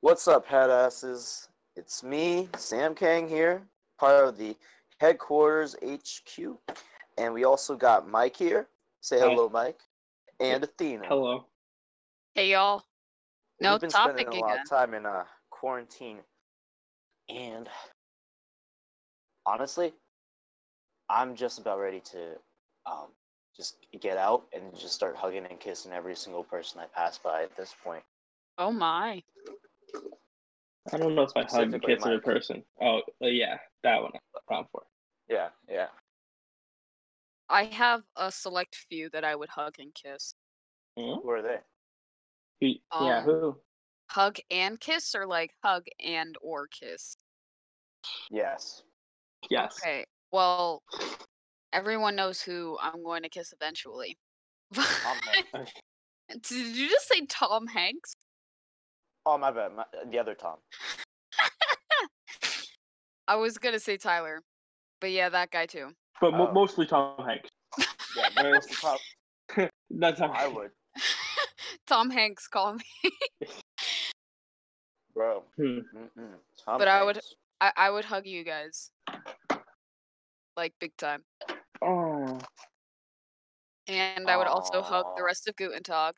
What's up, head asses? It's me, Sam Kang here, part of the headquarters HQ, and we also got Mike here. Say Hi. hello, Mike, and Athena. Hello. Hey y'all. No We've been topic spending a lot again. of time in uh, quarantine, and honestly, I'm just about ready to um, just get out and just start hugging and kissing every single person I pass by at this point. Oh my. I don't know if I hug the Specifically kiss in Mike. person. Oh, uh, yeah, that one I'm down for. Yeah, yeah. I have a select few that I would hug and kiss. Who are they? Who- yeah, Um, who? Hug and kiss or like hug and or kiss? Yes. Yes. Okay. Well, everyone knows who I'm going to kiss eventually. Tom Hanks. Did you just say Tom Hanks? Oh, my bad. My, the other Tom. I was going to say Tyler. But yeah, that guy too. But mo- Oh. mostly Tom Hanks. Yeah, that's the Tom That's how I would, Tom Hanks called me. bro. Hmm. Mm-mm. Tom But I would- Hanks. I, I would hug you guys. Like big time. Oh, And I would also hug the Aw. rest of Gutentag.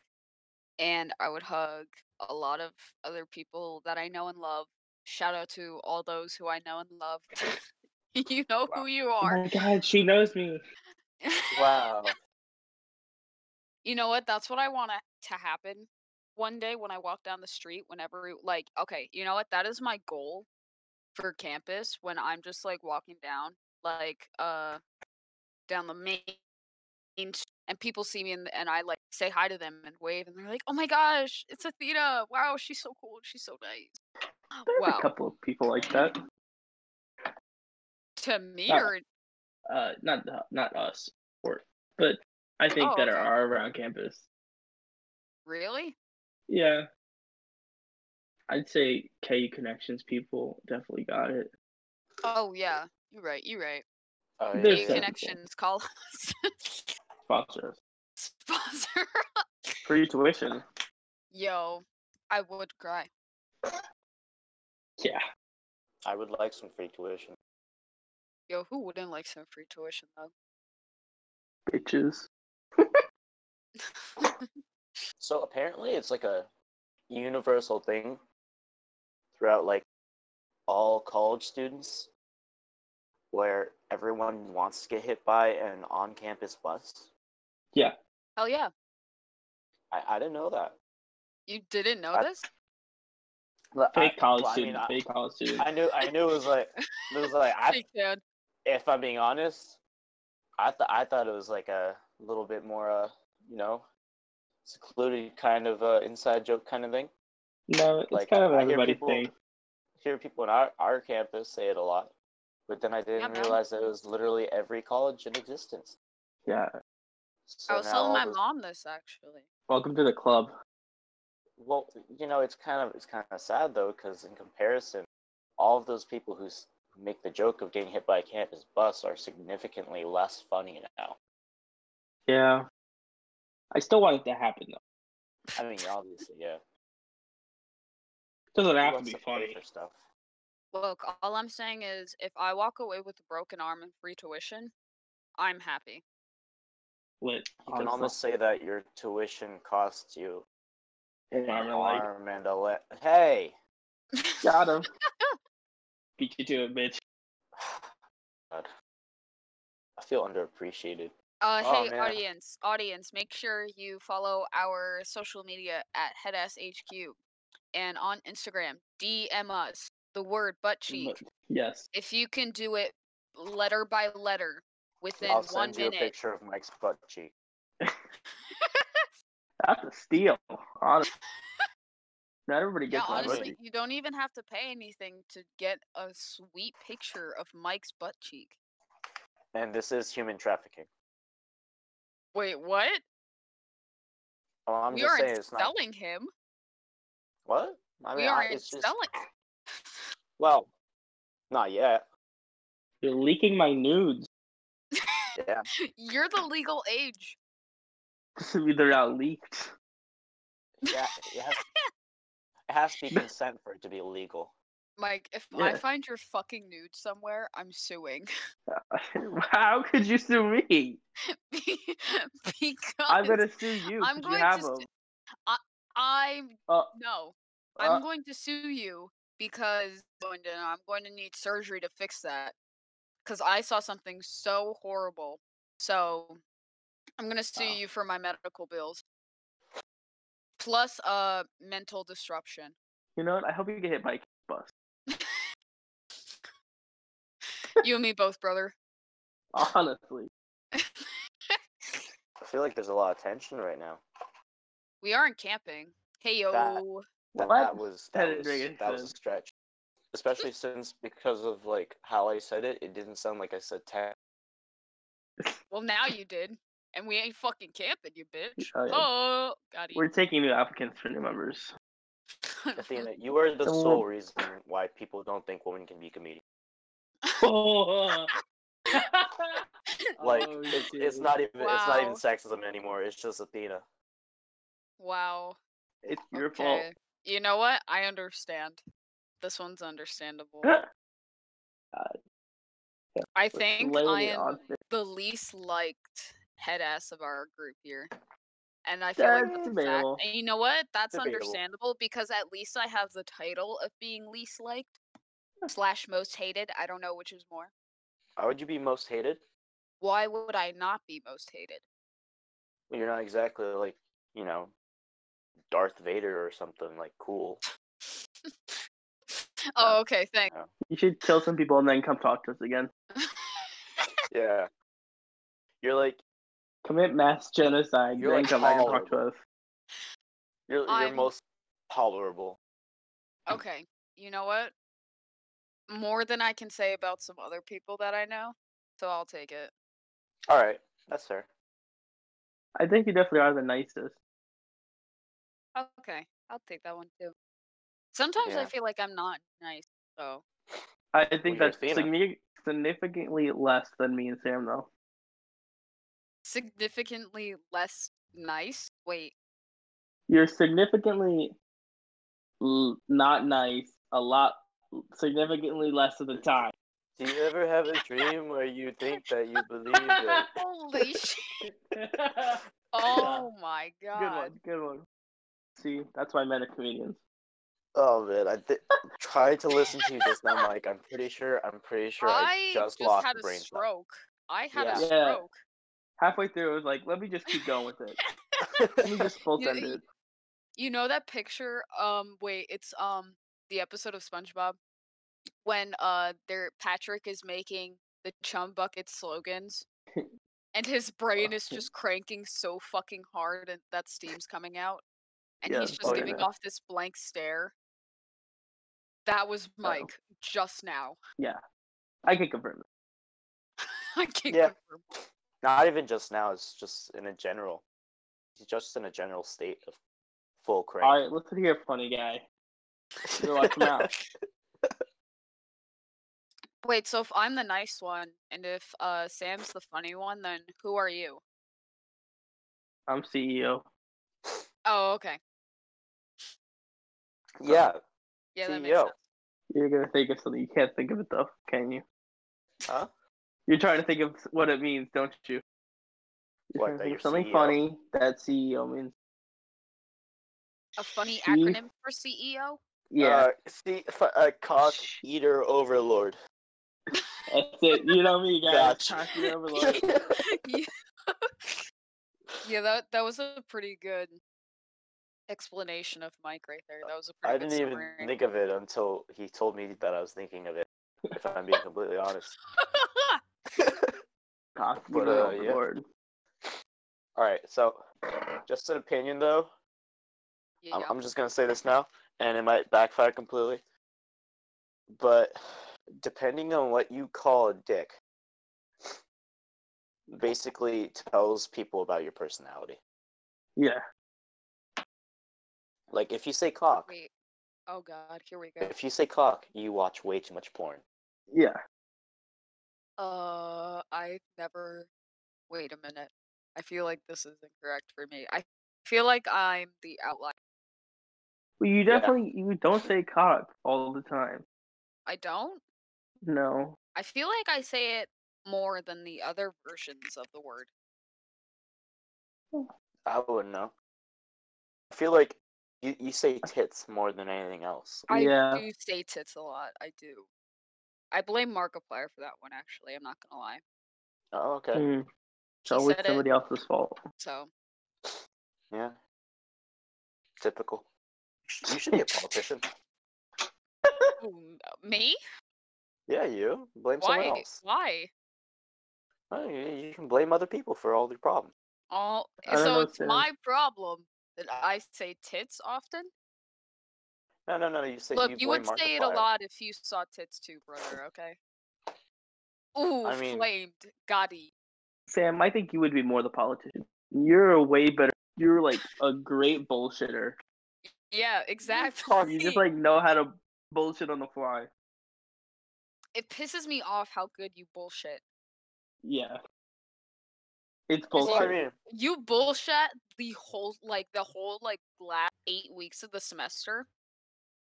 And I would hug a lot of other people that I know and love. Shout out to all those who I know and love. you know Wow. Mm-hmm. who you are. my God, she knows me. Wow. you know what? That's what I want to happen one day when I walk down the street. Whenever, like, okay, you know what? That is my goal for campus when I'm just like walking down, like, uh, down the main, s- and people see me and, and I like say hi to them and wave, and they're like, oh my gosh, it's Athena. Wow, she's so cool. She's so nice. There's Wow. a couple of people like that. To me, Uh, or Uh, not not us, or but I think Oh, that okay. are around campus. really? Yeah. I'd say KU connections people definitely got it. Oh, yeah. You're right. You're right. Oh, yeah. There's New some people. connections call us. Sponsors. Sponsor Free tuition. Yo, I would cry. Yeah. I would like some free tuition. Yo, who wouldn't like some free tuition though? Bitches. So apparently, it's like a universal thing throughout like all college students, where everyone wants to get hit by an on-campus bus. Yeah. Hell yeah. I, I didn't know that. You didn't know I- this? Like, I- Fake college well, I mean, student. I- fake college student. I knew. I knew it was like. It was like I, Hey, kid. if I'm being honest, I thought I thought it was like a little bit more, uh, you know, secluded kind of uh, inside joke kind of thing. No, it's Like, kind of I an hear everybody people- thing. Hear people on our, our campus say it a lot, but then I didn't man. realize that it was literally every college in existence. Yeah. So Oh, I was now telling all my those- mom this actually. Welcome to the club. Well, you know, it's kind of it's kind of sad though, because in comparison, all of those people who s- who make the joke of getting hit by a campus bus are significantly less funny now. Yeah. I still want it to happen though. I mean, obviously, yeah. It doesn't Who have to wants be pay funny. for stuff. Look, all I'm saying is if I walk away with a broken arm and free tuition, I'm happy. Lit. You can almost say that your tuition costs you an arm an and a leg. arm and a leg. Hey, Uh, Got him. Beat you to it, bitch. God. I feel underappreciated. Uh, Oh, hey, man. audience, audience, make sure you follow our social media at HeadAssHQ and on Instagram, DM us the word butt cheek. But- Yes. If you can do it letter by letter within I'll one send you a minute, picture of Mike's butt cheek. That's a steal. Honestly. Not everybody Yeah, gets that. honestly, right? you don't even have to pay anything to get a sweet picture of Mike's butt cheek. And this is human trafficking. Wait, what? Oh, I'm we just aren't saying it's not. selling him. What? I mean, we I, aren't it's just selling. well, not yet. You're leaking my nudes. Yeah. You're the legal age. They're not leaked. Yeah. It has, It has to be consent for it to be legal. Mike, if I Yeah. find your fucking nude somewhere, I'm suing. How could you sue me? because I'm gonna sue you. I'm 'cause going you to have sue- them. I'm Uh, no. uh, I'm going to sue you because going to- I'm going to need surgery to fix that. Because I saw something so horrible. So I'm going to sue Wow. you for my medical bills. Plus, uh, mental disruption. you know what? I hope you get hit by a bus. you and me both, brother. Honestly, I feel like there's a lot of tension right now. We aren't camping. Hey yo. That, What? that was That that, didn't was, make any that was a sense. stretch. Especially since because of like how I said it, it didn't sound like I said ten. Well, now you did, and we ain't fucking camping, you bitch. Oh, yeah. Oh, got we're taking new applicants for new members. you. Athena, you are the So- sole reason why people don't think women can be comedians. Oh. Like Oh, it's, it's dude. not even it's not even Wow. sexism anymore. It's just Athena. wow. It's your okay. You know what? I understand. This one's understandable. fault. I think Lay I it am on me. the least liked head ass of our group here. And I feel like That's that's a fact. debatable. And you know what? That's Debatable. understandable because at least I have the title of being least liked slash most hated. I don't know which is more. How would you be most hated? Why would I not be most hated? Well, you're not exactly like you know Darth Vader or something like cool. Oh, okay. Thanks. You should kill some people and then come talk to us again. Yeah, you're like Commit mass genocide, You're, then like, come back and talk to tolerable. us. you're you're I'm- most tolerable. Okay. You know what? More than I can say about some other people that I know, so I'll take it. All right, that's fair. I think you definitely are the nicest. Okay, I'll take that one too. Sometimes I Yeah. feel like I'm not nice, so I think Well, you're that's Athena. signi- significantly less than me and Sam, though. significantly less nice. Wait, You're significantly l- not nice, a lot, significantly less of the time. Do you ever have a dream where you think that you believe it? holy shit! good Oh my god! one, good one. See, that's why men are comedians. Oh man, I th- tried to listen to you just now, Mike. I'm pretty sure. I'm pretty sure I, I just, lost had the a brain. cell. stroke. I had Yeah. a Yeah. stroke. Halfway through, it was like, let me just keep going with it. Let me just full You- send it. You know that picture? Um, wait, it's um the episode of SpongeBob when uh their Patrick is making the chum bucket slogans, and his brain is Fucking- just cranking so fucking hard, and that steam's coming out, and Yeah, he's just oh, giving yeah. off this blank stare. That was Mike just now. I can confirm it. I can't Yeah. confirm. Not even just now. It's just in a general. He's just in a general state of full crank. All right, listen here, funny guy. You're watching out. Wait, so if I'm the nice one, and if uh Sam's the funny one, then who are you? I'm E CEO. Oh, okay. yeah. Yeah, that makes CEO. sense. You're gonna think of something you can't think of it though, can you? Huh? You're trying to think of what it means, don't you? You're What, trying to that you're think E of something CEO? funny that CEO means. A funny Chief- acronym for E CEO? Yeah, Uh, see, f- uh, cock Sh- eater overlord. that's it. You know me, guys. Gotcha. Cocky overload. yeah. yeah, that that was a pretty good explanation of Mike right there. That was a pretty I good didn't even summary. think of it until he told me that I was thinking of it. If I'm being completely honest. Cocky But, uh, yeah. overload. All right, so just an opinion though. You I'm, know, I'm just gonna say this now, and it might backfire completely. But depending on what you call a dick, basically tells people about your personality. Yeah. Like if you say cock, wait. Oh god, here we go. if you say cock, you watch way too much porn. Yeah. Uh I've never wait a minute. I feel like this is incorrect for me. I feel like I'm the outlier. Well, you Yeah. definitely you don't say cock all the time. I don't. No. I feel like I say it more than the other versions of the word. I wouldn't know. I feel like you, you say tits more than anything else. I Yeah. do say tits a lot. I do. I blame Markiplier for that one. Actually, I'm not gonna lie. Oh, okay. Mm. It's She always said it, somebody else's fault. so Yeah. Typical. You sh- You should be a politician. Ooh, uh, me? Yeah, you blame Why? someone else. Why? Oh, you, you can blame other people for all your problems. All I don't so know, it's Sam. my problem that I say tits often. No, no, no. You say Look, you, you, blame would say it a Markiplier. lot if you saw tits too, brother. Okay. Ooh, I mean- flamed Gotti. Sam, I think you would be more the politician. You're a way better. You're like a great bullshitter. Yeah, exactly. You just like know how to bullshit on the fly. it pisses me off how good you bullshit. Yeah. It's Well, bullshit. I mean, You bullshit the whole like the whole like last eight weeks of the semester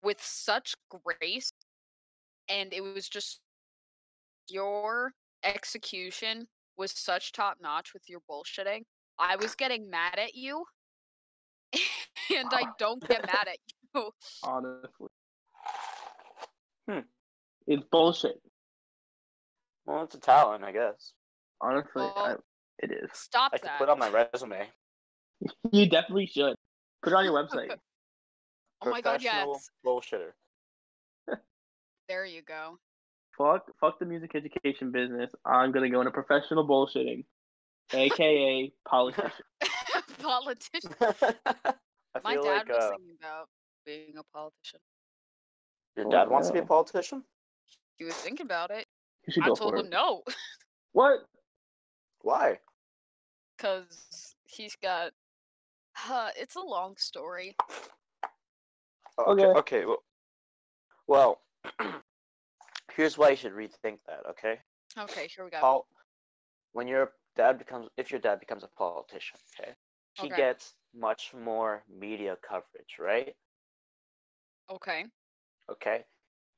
with such grace, and it was just your execution was such top notch with your bullshitting. I was getting mad at you, and I don't get mad at you. honestly. Hmm. It's bullshit. well, it's a talent, I guess. Honestly, I, Well- it is. Stop I could that! put on my resume. You definitely should put it on your website. oh my god, Professional yes, bullshitter. there you go. fuck, fuck the music education business. I'm gonna go into professional bullshitting, aka politician. Politician. I feel My dad like was uh, thinking about being a politician. your Oh, dad wants to be no. a politician. He was thinking about it. You should I go told for him it. no, What? Why? because he's got. Uh, it's a long story. Oh, Okay. Okay. Okay. Well, well here's why you should rethink that. Okay. Okay, here we go. Pol- when your dad becomes, if your dad becomes a politician, okay, he Okay. gets much more media coverage, right? Okay. Okay.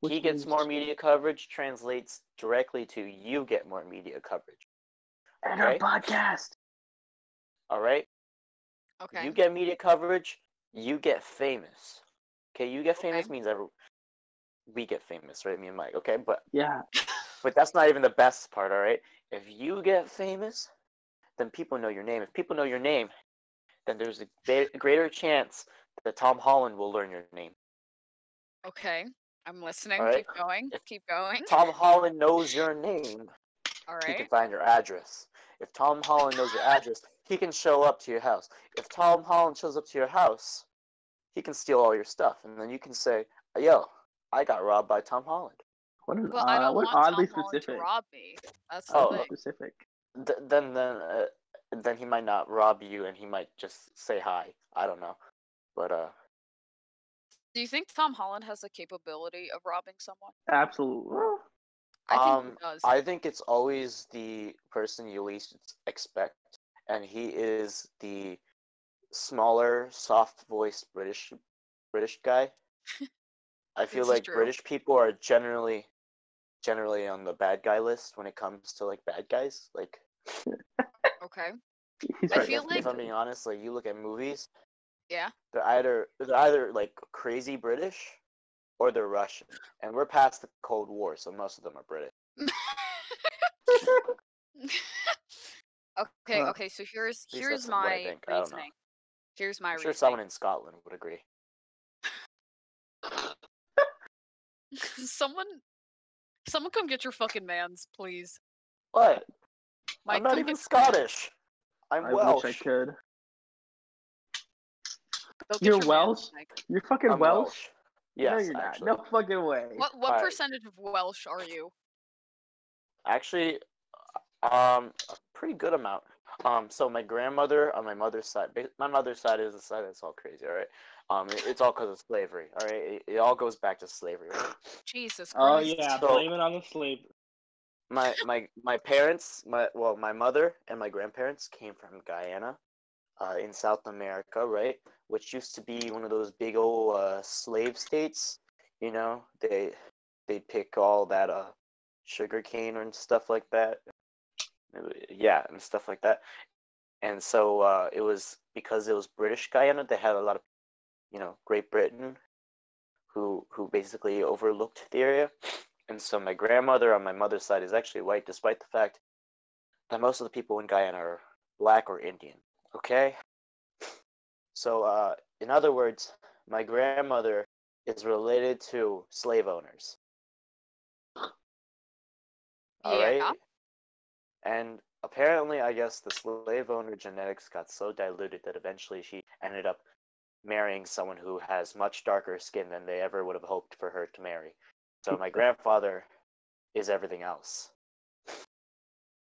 Which he gets means- more media coverage translates directly to you get more media coverage. And our okay? podcast. All right. Okay. You get media coverage, you get famous. Okay, you get famous means every we get famous, right? Me and Mike. Okay, but Yeah. but that's not even the best part. All right, if you get famous, then people know your name. If people know your name, then there's a ba- greater chance that Tom Holland will learn your name. Okay. I'm listening. Alright. Keep going. If- Keep going. If Tom Holland knows your name. All He can right. find your address. If Tom Holland knows your address, he can show up to your house. If Tom Holland shows up to your house, he can steal all your stuff, and then you can say, "Yo, I got robbed by Tom Holland." What an, Well, I uh, don't what want an oddly Tom Holland specific. to rob me. That's the Oh, Oddly thing. specific. Th- then, then, uh, then he might not rob you, and he might just say hi. I don't know, but uh, Do you think Tom Holland has the capability of robbing someone? Absolutely. I think Um, he does. I think it's always the person you least expect, and he is the smaller, soft-voiced British British guy. I feel This is like true. British people are generally generally on the bad guy list when it comes to like bad guys. Like, okay. He's like, I right. feel if, like- if I'm being honest, like you look at movies, Yeah. they're either they're either like crazy British or they're Russian, and we're past the Cold War, so most of them are British. okay. Well, Okay. So here's least here's that's what I my think, I don't know. reasoning. Here's my I'm sure reasoning. someone in Scotland would agree. someone, someone, come get your fucking man's, please. What? Mike, I'm not come even get your man. Scottish. I'm I Welsh. wish I could. Go get You're your man's, Welsh? Mike. You're fucking I'm Welsh. Yes, no, you're not. actually. No fucking way. What what Alright. percentage of Welsh are you? Actually, um, a pretty good amount. Um, so my grandmother on my mother's side, ba- my mother's side is the side that's all crazy. All right, um, it- it's all because of slavery. All right, it, it all goes back to slavery. Right? Jesus Oh Christ. yeah, So- blame it on the slave. My my my parents, my well, my mother and my grandparents came from Guyana, uh, in South America, right? Which used to be one of those big old uh, slave states. You know, they they pick all that uh, sugar cane and stuff like that. Yeah, and stuff like that. And so uh, it was because it was British Guyana. They had a lot of, you know, Great Britain, who who basically overlooked the area. And so my grandmother on my mother's side is actually white, despite the fact that most of the people in Guyana are black or Indian. Okay. So, uh, in other words, my grandmother is related to slave owners. All right. Yeah. And apparently, I guess the slave owner genetics got so diluted that eventually she ended up marrying someone who has much darker skin than they ever would have hoped for her to marry. So my grandfather is everything else.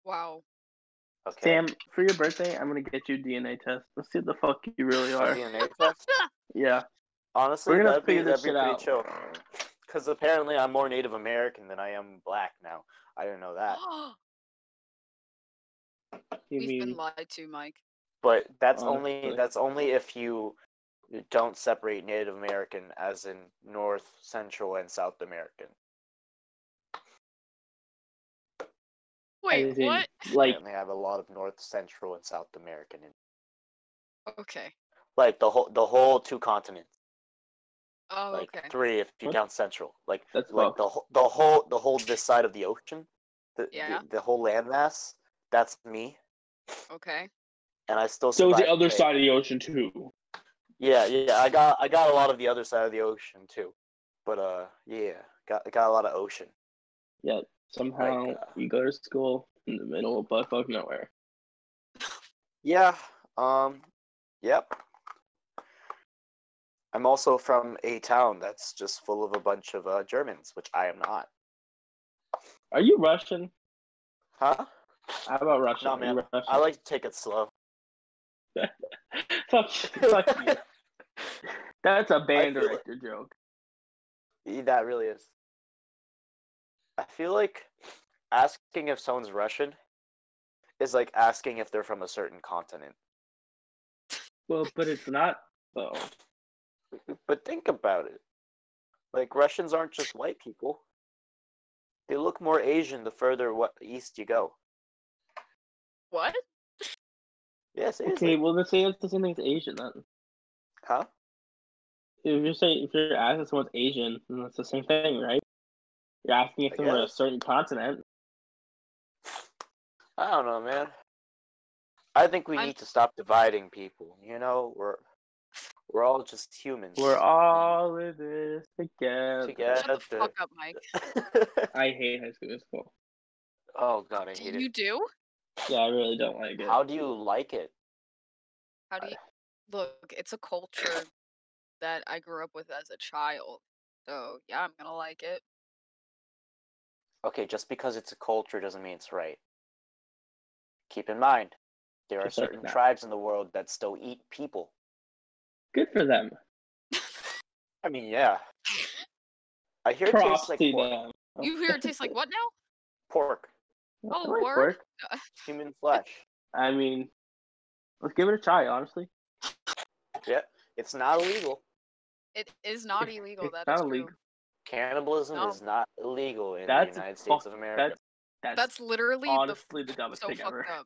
Wow. Okay. Sam, for your birthday, I'm gonna get you a DNA test. Let's see what the fuck you really are. DNA test? Yeah. Honestly, We're gonna that'd be, figure this that'd be shit pretty out. chill. Because apparently I'm more Native American than I am black now. I didn't know that. You We've been mean lied to, Mike. But that's only Honestly. that's only if you don't separate Native American as in North, Central, and South American. Wait, as in, what? Like Apparently, I have a lot of North, Central, and South American, in, Okay. like the whole the whole two continents. Oh, like okay. three if you What? count central like That's like twelve. the whole the whole the whole this side of the ocean the, Yeah. the, the whole landmass that's me Okay. and i still So it's the survived other today. side of the ocean too. yeah yeah i got i got a lot of the other side of the ocean too but uh yeah got got a lot of ocean Yep. Somehow Like, uh, you go to school in the middle of buttfuck nowhere. yeah um yep i'm also from a town that's just full of a bunch of uh, germans which i am not Are you Russian? huh How about Russian? No, Are man. you Russian? i like to take it slow fuck, fuck you. That's a band I feel director joke. Yeah, E, That really is. I feel like asking if someone's Russian is like asking if they're from a certain continent. Well, but it's not though. But think about it. Like Russians aren't just white people. They look more Asian the further wa- east you go. What? Yes, Okay, well let's say it's the same thing as Asian then. huh? If you're saying if you're asking someone's Asian, then that's the same thing, right? You're asking if I they were a guess. certain continent. I don't know, man. I think we I'm- need to stop dividing people. You know, we're we're all just humans. We're all in this together. Together. Shut that's a- the fuck up, Mike. I hate high school musical. oh god, I Do hate you it. do? Yeah, I really don't like it. How do you like it? How do I- you look? It's a culture that I grew up with as a child. So yeah, I'm gonna like it. okay, just because it's a culture doesn't mean it's right. Keep in mind, there are Just like certain that. tribes in the world that still eat people. Good for them. I mean, yeah. I hear it Props tastes like to pork. them. You hear it tastes like what now? pork, I Oh, like word? pork. human flesh. I mean, let's give it a try. Honestly, It's not illegal. It is not illegal. it's That not is true. illegal. Cannibalism No. is not illegal in That's the a United States of America. that's that's, That's literally honestly the the f- dumbest so thing fucked ever. up.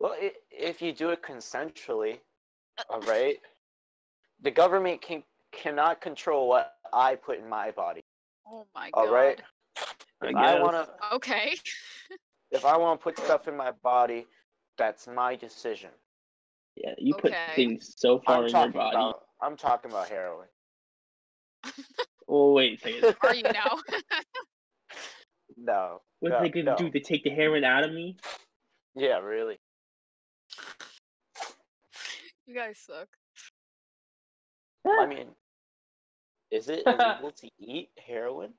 Well, i if you do it consensually, all right, the government can cannot control what I put in my body. Oh my god. All right, I if I guess. want to Okay. if I want to put stuff in my body, that's my decision. Yeah, you put Okay. things so far I'm in your talking body. about I'm talking about heroin. Oh wait, a second. Are you now? no. What no, they gonna no. do? They take the heroin out of me? Yeah, really. you guys suck. I mean, is it illegal to eat heroin?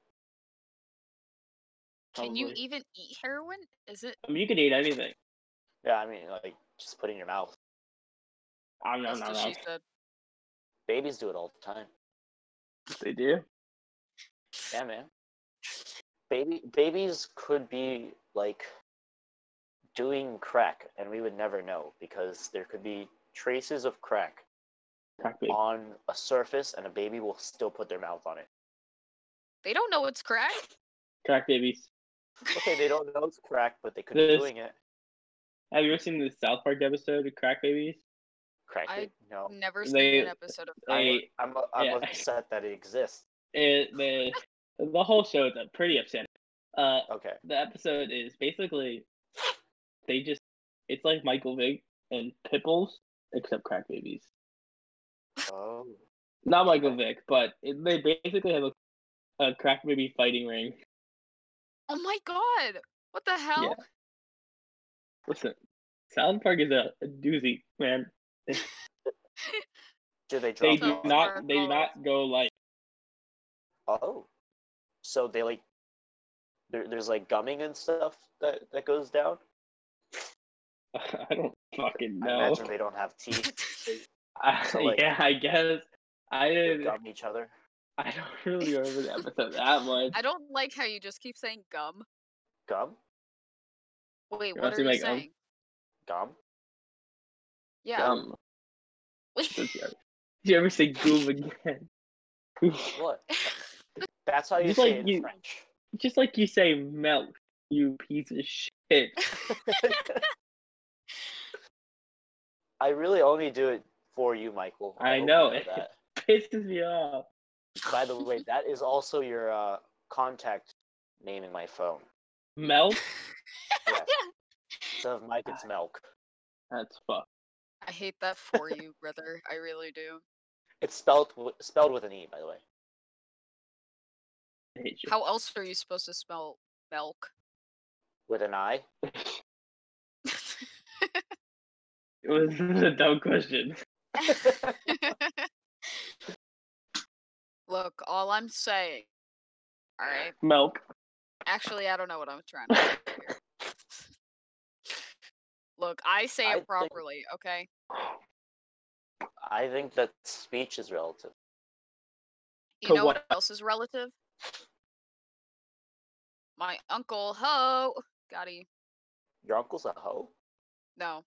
Can you Probably. even eat heroin? Is it? I mean, you could eat anything. Yeah, I mean, like just put it in your mouth. I'm no, That's no, what no. she said. Babies do it all the time. They do. Yeah, man. Baby, babies could be like doing crack, and we would never know because there could be traces of crack Crack baby. on a surface, and a baby will still put their mouth on it. They don't know it's crack. Crack babies. Okay, they don't know it's crack, but they could This- be doing it. Have you ever seen the South Park episode of Crack Babies? Crack? I- it? no. Never seen Oh, They- an episode of that. They, I'm, uh, I'm yeah. upset that it exists. it, the, the whole show is uh, pretty upsetting. Uh, Okay. the episode is basically they just it's like Michael Vick and Pipples except crack babies. Oh. Not Michael Vick, but it, they basically have a, a crack baby fighting ring. Oh my god! What the hell? Listen, South Park is a, a doozy, man. Do they They drop do it on- not they do not go like Oh. So they like there, there's like gumming and stuff that, that goes down. I don't fucking I know. imagine they don't have teeth. so, like- yeah, I guess I They didn't. gum each other. I don't really remember the episode that much. I don't like how you just keep saying gum. Gum? Wait, You what wanna are see my you gum? saying? Gum? Yeah. Um, did you ever, did you ever say goom again? What? That's how you Just say like it in you- French. Just like you say milk, you piece of shit. I really only do it for you, Michael. I hope you know. that. Pisses me off. By the way, that is also your uh, contact name in my phone. Milk? Yes. Instead of Mike, it's Melk. That's fucked. I hate that for you, brother. I really do. It's spelled w- spelled with an E, by the way. I hate you. How else are you supposed to smell milk? With an I. It was a dumb question. Look, all I'm saying. All right. Milk. Actually, I don't know what I'm trying to say here. Look, I say I it think- properly, okay? I think that speech is relative. You To know what? what? else is relative? My uncle Ho Gotti. Your uncle's a hoe? No.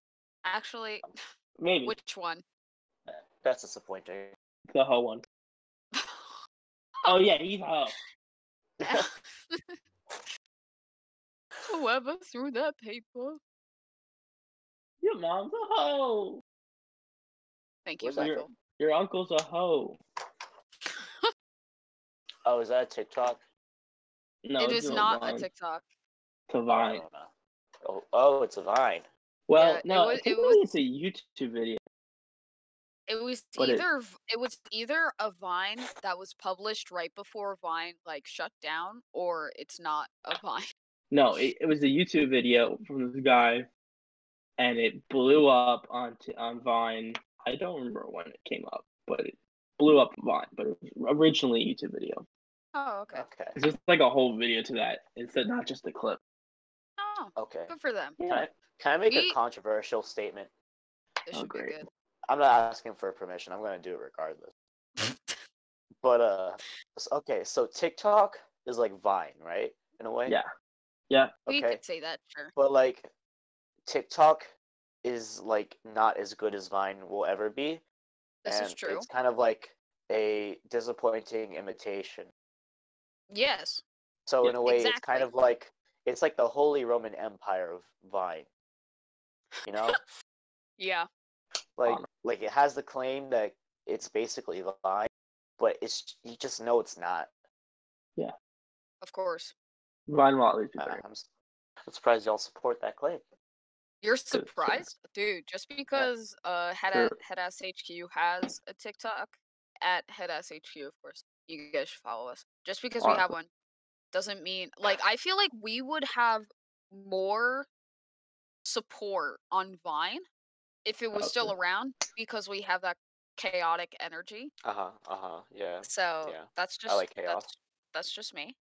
Actually, Maybe. which one? That's disappointing. the whole one. Oh, yeah, he's ho. Whoever threw that paper. Your mom's a hoe. Thank you, Was that Your, Michael. your uncle's a hoe. Oh, is that a TikTok? No, it it's is not Vine. a TikTok. It's a I Vine. don't know. Oh, oh, it's a vine. Well, Yeah, it no, was- it it it's a YouTube video. It was But it- either v- it... was either a Vine that was published right before Vine like shut down, or it's not a Vine. No, it, it was a YouTube video from this guy, and it blew up on t- on Vine. I don't remember when it came up, but it blew up Vine. But it was originally a YouTube video. Oh, okay. Okay. It's just like a whole video to that. It's not just a clip. Oh, Okay. good for them. Can I, can I make a We- controversial statement? This Oh, should be great. good. I'm not asking for permission. I'm gonna do it regardless. but uh, s- okay. So TikTok is like Vine, right? In a way. Yeah. We Okay. could say that, sure. But like, TikTok is like not as good as Vine will ever be. This is and true. It's kind of like a disappointing imitation. Yes. So in Yeah. a way, it's kind Exactly. of like it's like the Holy Roman Empire of Vine. You know, Yeah. like Honor. like it has the claim that it's basically Vine, but it's you just know it's not. Of course. Vine Watley's Uh, better. I'm, s- I'm surprised y'all support that claim. You're sure. surprised, dude. Just because uh, head Sure. Ass- head ass HQ has a TikTok at head ass HQ, of course. You guys should follow us. Just because we have one doesn't mean like I feel like we would have more support on Vine if it was still around because we have that chaotic energy. Uh huh. Uh huh. Yeah. So yeah. that's just I like chaos. that's that's just me.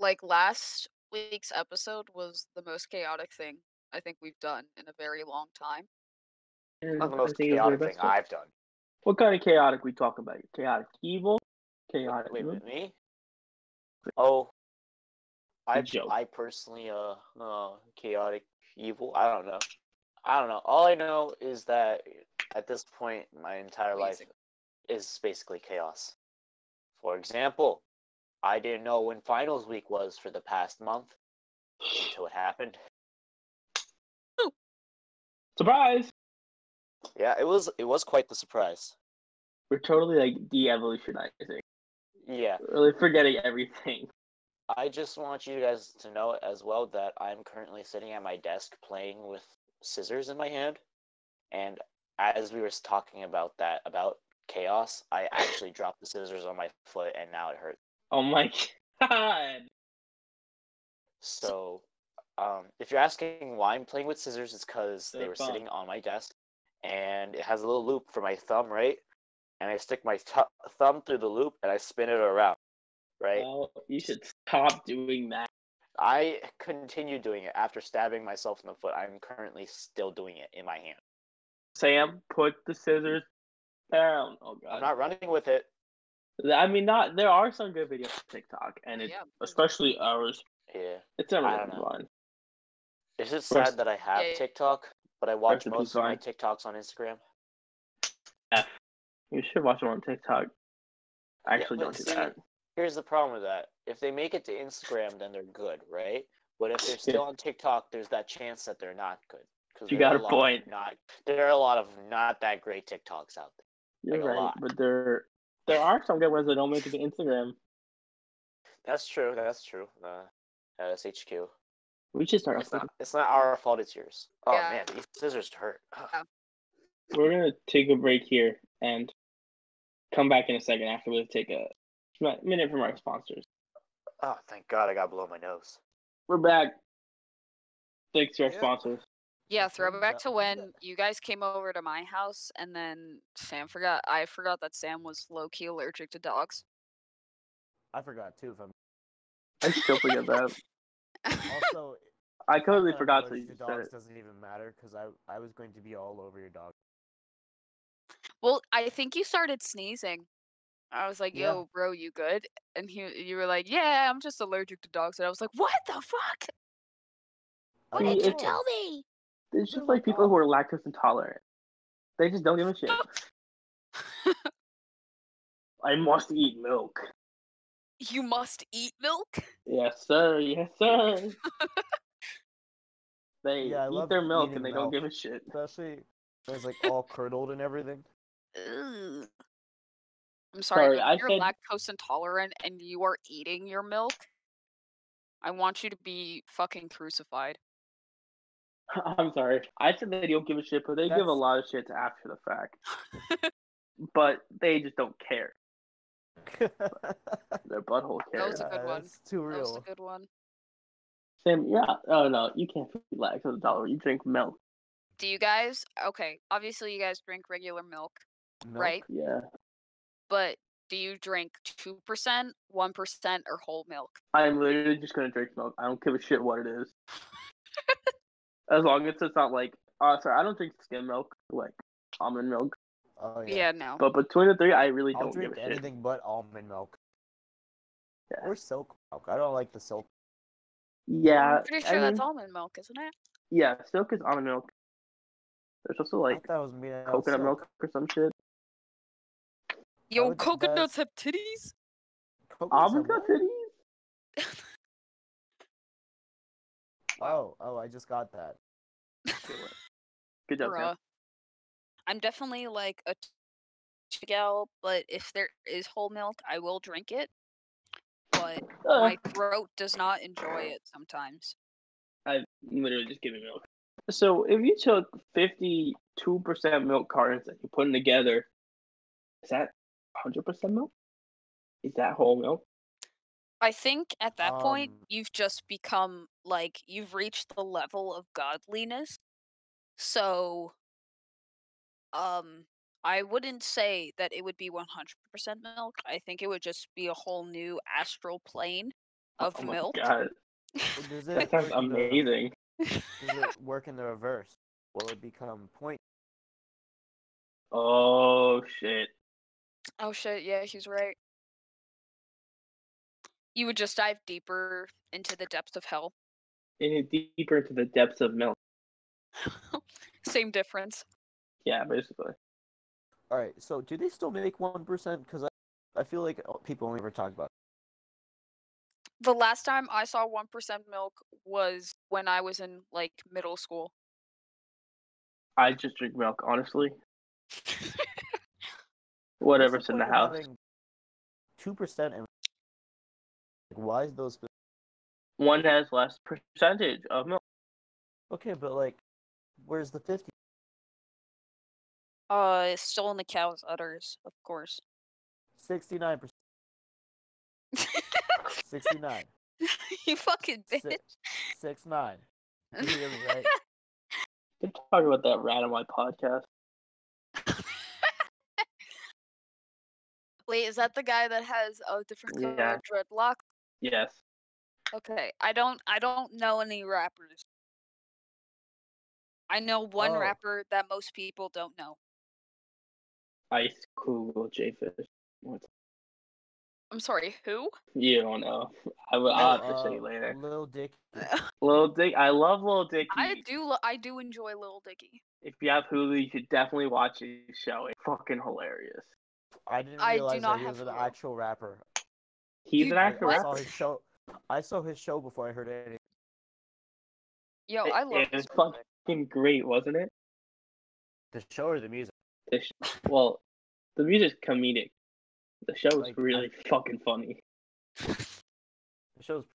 Like last week's episode was the most chaotic thing I think we've done in a very long time. And Not the most I think it's one chaotic of the thing best ones. I've done. What kind of chaotic we talking about? Chaotic evil, chaotic. Wait, good? wait, me? Oh, I joke. I personally uh, uh chaotic evil. I don't know. I don't know. All I know is that at this point, my entire life Basically. is basically chaos. For example, I didn't know when finals week was for the past month until it happened. Surprise! Yeah, it was it was quite the surprise. We're totally like de-evolutionizing. Yeah, Really forgetting everything. I just want you guys to know as well that I'm currently sitting at my desk playing with scissors in my hand. And as we were talking about that, about chaos, I actually dropped the scissors on my foot and now it hurts. Oh my god. So, um, if you're asking why I'm playing with scissors, it's because they They're were fun. sitting on my desk and it has a little loop for my thumb, right? And I stick my th- thumb through the loop and I spin it around, right? Well, you should stop doing that. I continue doing it after stabbing myself in the foot. I'm currently still doing it in my hand. Sam, put the scissors down. Oh god. I'm not running with it. I mean not there are some good videos on TikTok and it's yeah. especially ours. Yeah. It's never I don't gonna know. be fun. It's just Rest- sad that I have Yeah. TikTok, but I watch Rest in most peace, of my Vine. TikToks on Instagram. You should watch them on TikTok. I actually but don't do see, that. Here's the problem with that. If they make it to Instagram, then they're good, right? But if they're Yeah. still on TikTok, there's that chance that they're not good. 'cause You there are got a lot of point. Not there are a lot of not that great TikToks out there. You're like a right. lot. But there there are some good ones that don't make it to Instagram. That's true. That's true. Uh, SHQ. We should start It's not. It's not our fault. It's yours. Oh Yeah. man, these scissors hurt. Oh, We're gonna take a break here and come back in a second after we take a mi- minute from our sponsors. Oh, thank God I got below my nose. We're back. Thanks to our Yeah. sponsors. Yeah, That's really throwback not to bad. when you guys came over to my house and then Sam forgot I forgot that Sam was low key allergic to dogs. I forgot too. If I'm I still forget that. also, I totally I'm forgot that you allergic to just said dogs it. doesn't even matter because I I was going to be all over your dog. well, I think you started sneezing. I was like, Yeah. "Yo, bro, you good?" And he, you were like, "Yeah, I'm just allergic to dogs." And I was like, "What the fuck? What I did mean, you it's- tell me?" It's just like people who are lactose intolerant. They just don't give a shit. I must eat milk. You must eat milk. Yes, sir. Yes, sir. they Yeah, I eat love their milk eating and they milk. don't give a shit. Especially it was like all curdled and everything. Ugh. I'm sorry, Sorry, but I you're said- lactose intolerant and you are eating your milk. I want you to be fucking crucified. I'm sorry. I said they don't give a shit, but they give a That's- lot of shits after the fact. but they just don't care. Their butthole That cares. was a good Yeah, one. That's too That was a real. good one. Sam, yeah. Oh no, you can't be lactose intolerant. You drink milk. Do you guys? Okay, obviously you guys drink regular milk, right? Yeah, But do you drink 2%, 1%, or whole milk? I'm literally just gonna drink milk. I don't give a shit what it is. as long as it's not like, oh, sorry, I don't drink skim milk, like almond milk. Oh Yeah, yeah. no. But between the three, I really I'll don't drink give a shit. anything but almond milk Yeah. or silk milk. I don't like the silk. Yeah, I'm pretty I sure that's mean, almond milk, isn't it? Yeah, silk is almond milk. There's also like I thought it was made out of coconut silk. milk or some shit. Yo, would- coconuts have titties? Coconuts Almond are got what? titties. Oh, oh, I just got that. Good job, Sam. Bruh. I'm definitely like a t- gal, but if there is whole milk, I will drink it. But Uh, my throat does not enjoy it sometimes. I literally just give me milk. So if you took fifty-two percent milk cartons and you put them together, is that hundred percent milk? Is that whole milk? I think at that point Um, you've just become like you've reached the level of godliness. So um I wouldn't say that it would be 100% milk. I think it would just be a whole new astral plane of oh my milk. God, Does that it sounds work in the- amazing. Does it work in the reverse? Will it become point? Oh shit! Oh shit, yeah, he's right. You would just dive deeper into the depths of hell. In deeper into the depths of milk. Same difference. Yeah, basically. All right. So do they still make one percent? Because I, I feel like oh, people only ever talk about. It. The last time I saw 1% milk was when I was in like middle school. I just drink milk, honestly. Whatever's in the house. Two percent and like, why is those? One has less percentage of milk. Okay, but like, where's the fifty? uh, it's still in the cow's udders, of course. Sixty-nine percent. Sixty-nine. you fucking bitch. si- Six nine. Three of right. Keep talking about that rat on my podcast. Wait, is that the guy that has a different color Yeah. dreadlock? Yes. Okay, I don't, I don't know any rappers. I know one Oh. rapper that most people don't know. Ice Google J Fish. What? I'm sorry, who? You don't know. I will, I'll have to show you later. Little um, Dick. Uh, Lil Dick. I love Lil Dicky. I do, lo- I do enjoy Lil Dicky. If you have Hulu, you should definitely watch his show. It's fucking hilarious. I didn't I do realize not that he have was an Hulu. actual rapper. He's You- an I- actor. I, What? saw his show. I saw his show before I heard anything. Yo, It- I love. it was this fun. guy. Fucking great, wasn't it? The show or the music? The sh- well, the music's comedic. The show was Like, I- really fucking funny. The show's.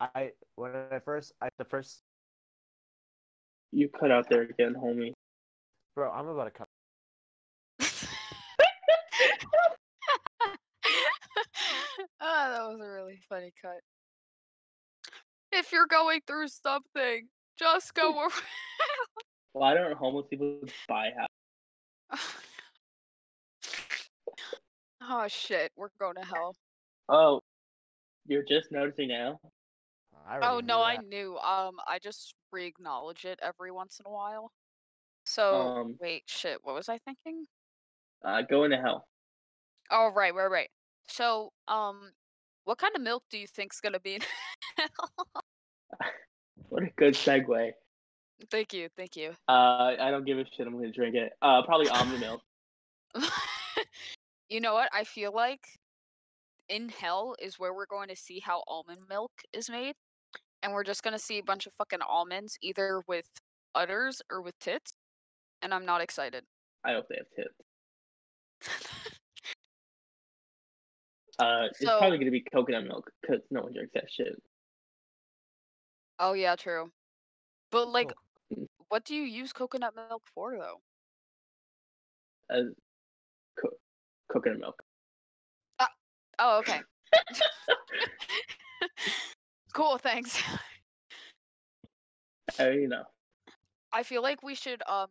I when I first I the first You cut out there again, homie. bro I'm about to come. Ah, that was a really funny cut. If you're going through something, just go around. Why don't homeless people just buy houses? oh shit, we're going to hell. Oh, you're just noticing now? I Oh already no, knew I that. knew. Um, I just re-acknowledge it every once in a while. Oh. So Um, wait, shit, what was I thinking? uh, going to hell. Oh right, right, right. So um, what kind of milk do you think's gonna be? in What a good segue. thank you, thank you. Uh, I don't give a shit. I'm gonna drink it. Uh, probably almond milk. you know what? I feel like in hell is where we're going to see how almond milk is made. And we're just going to see a bunch of fucking almonds, either with udders or with tits. And I'm not excited. I hope they have tits. Uh, it's So- probably gonna be coconut milk because no one drinks that shit. Oh, yeah, true. But, like, Cool. what do you use coconut milk for, though? As co- coconut milk. Oh, okay. cool, thanks. I mean, you know, I feel like we should um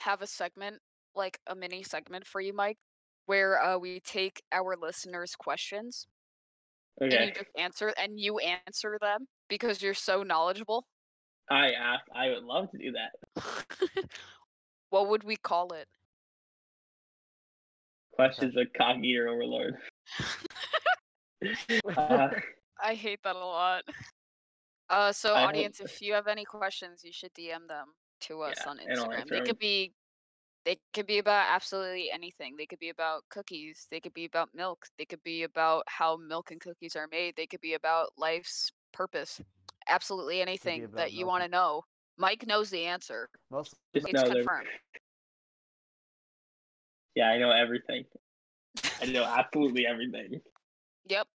have a segment, like a mini segment for you, Mike, where uh, we take our listeners' questions and okay. you just answer and you answer them because you're so knowledgeable. I asked. I would love to do that. what would we call it? Questions of cock eater overlord. Uh-huh. uh, I hate that a lot. Uh, so I hope- audience, if you have any questions, you should DM them to us Yeah, on and I'll Instagram. answer They 'em. could be, they could be about absolutely anything. They could be about cookies. They could be about milk. They could be about how milk and cookies are made. They could be about life's purpose. Absolutely anything about that you milk want to and- know. Mike knows the answer. Most just It's know that. confirmed. Yeah, I know everything. I know absolutely everything. Yep.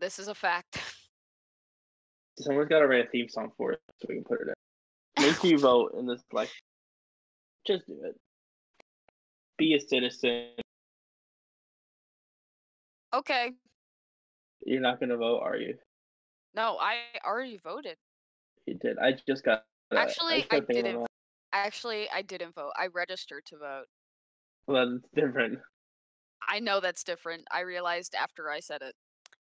This is a fact. Someone's got to write a theme song for it so we can put it in. Make you vote in this like. Just do it. Be a citizen. okay. You're not gonna vote, are you? No, I already voted. You did. I just got. uh, Actually, just got I thinking about didn't that. Actually, I didn't vote. I registered to vote. Well, that's different. I know that's different. I realized after I said it.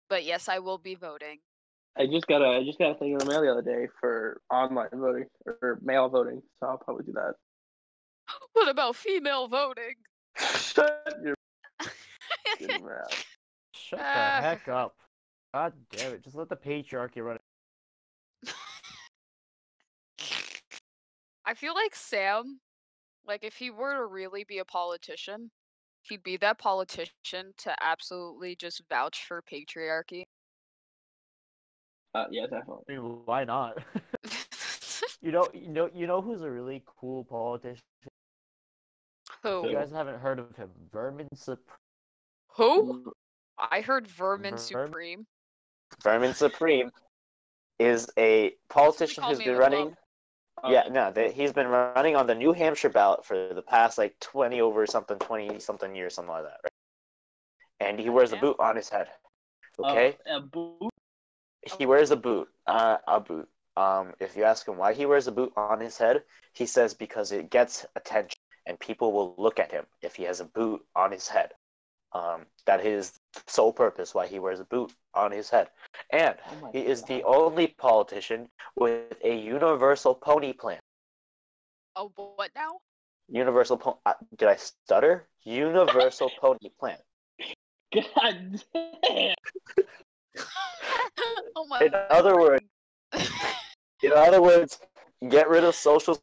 But yes, I will be voting. I just got a I just got a thing in the mail the other day for online voting or mail voting, so I'll probably do that. What about female voting? Shut your fucking mouth. shut Ah. the heck up. God damn it! Just let the patriarchy run. I feel like Sam, like if he were to really be a politician, he'd be that politician to absolutely just vouch for patriarchy. Uh, yeah, definitely. I mean, why not? you know, you know, you know who's a really cool politician. You Who? guys haven't heard of him, Vermin Supreme. Who? Mm, I heard Vermin Vermin? Supreme. Vermin Supreme is a politician call who's me been as well. running. Uh, Yeah, no, they, he's been running on the New Hampshire ballot for the past like twenty over something, twenty something years, something like that. Right? Oh, And he wears a Yeah. boot on his head. uh, Okay, uh, boo- he Oh. wears a boot, uh, a boot. Um, if you ask him why he wears a boot on his head, he says because it gets attention and people will look at him if he has a boot on his head. Um, that is the sole purpose why he wears a boot on his head. And oh my he is the God. only politician with a universal pony plan. A what now? Universal pony. Uh, did I stutter? Universal pony plan. God damn. oh my In other lord. words, in other words, get rid of social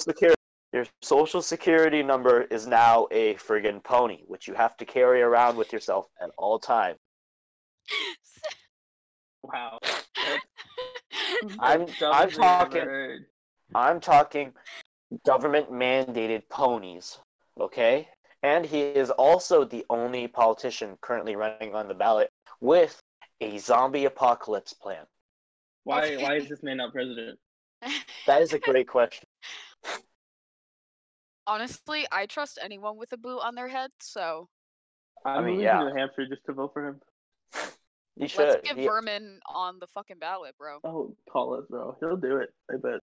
security. Your social security number is now a friggin' pony, which you have to carry around with yourself at all times. Wow. I'm- Mm-hmm. Dumbest I'm thing I've ever talking- heard. I'm talking government mandated ponies, okay? And he is also the only politician currently running on the ballot with a zombie apocalypse plan. Why? Why is this man not president? That is a great question. Honestly, I trust anyone with a boot on their head, so I'm mean, moving yeah. to New Hampshire just to vote for him. You should. let's get He- Vermin on the fucking ballot, bro. Oh, call it, bro. He'll do it. I bet.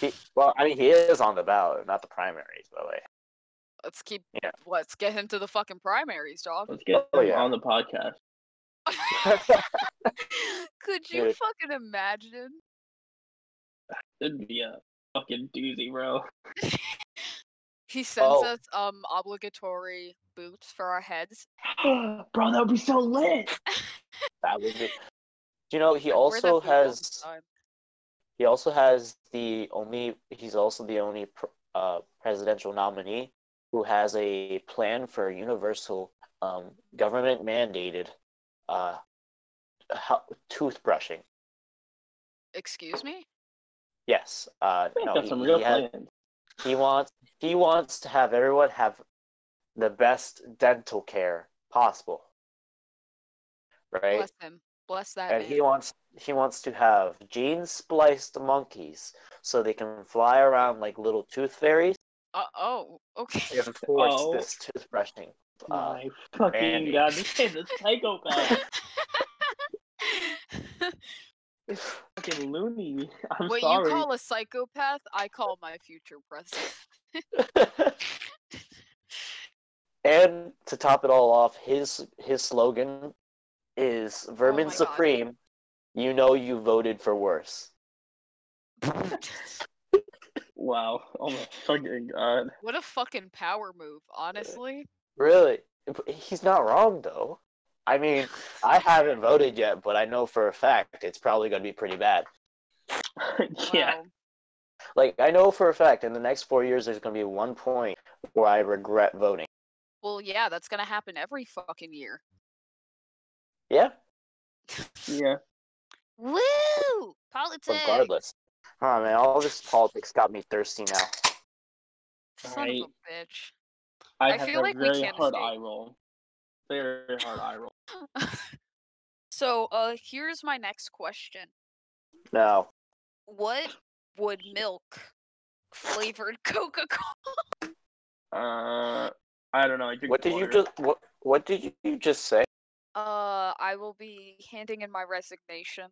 he- well, I mean, he is on the ballot, not the primaries, by the way. Let's keep Yeah. let's get him to the fucking primaries, dog. Let's get Oh, him yeah. on the podcast. Could you Dude. fucking imagine? That'd be a fucking doozy, bro. He sends Oh. us um obligatory boots for our heads. bro, that would be so lit. That would be. You know, he I wore that also boot all the has. time. He also has the only. He's also the only pr- uh, presidential nominee who has a plan for universal um, government mandated uh, ho- toothbrushing. Excuse me? Yes. Uh, He's no, got he, some real he, has, plans. he wants. He wants to have everyone have the best dental care possible. Right. Bless him. Bless that and man. he wants he wants to have gene spliced monkeys so they can fly around like little tooth fairies Uh, oh, okay. and force Oh. this toothbrushing. Uh, My fucking Randy. god, this kid's a psychopath. fucking loony. I'm what sorry. you call a psychopath, I call my future president. and to top it all off, his his slogan is "Vermin Oh my God. Supreme." You know you voted for worse. wow. Oh my fucking god. what a fucking power move, honestly. Really, he's not wrong though. I mean, I haven't voted yet, but I know for a fact it's probably going to be pretty bad. yeah. Wow. Like I know for a fact in the next four years there's gonna be one point where I regret voting. Well, yeah, that's gonna happen every fucking year. Yeah, Yeah. Woo! Politics. regardless. Oh man, all this politics got me thirsty now. Son of Alright. a bitch. I, I have feel a like we very can't hard escape. eye roll. Very hard eye roll. So, uh, here's my next question: No. What would milk flavored Coca Cola? Uh, I don't know. I drink What did you water. just what what did you just say? Uh, I will be handing in my resignation.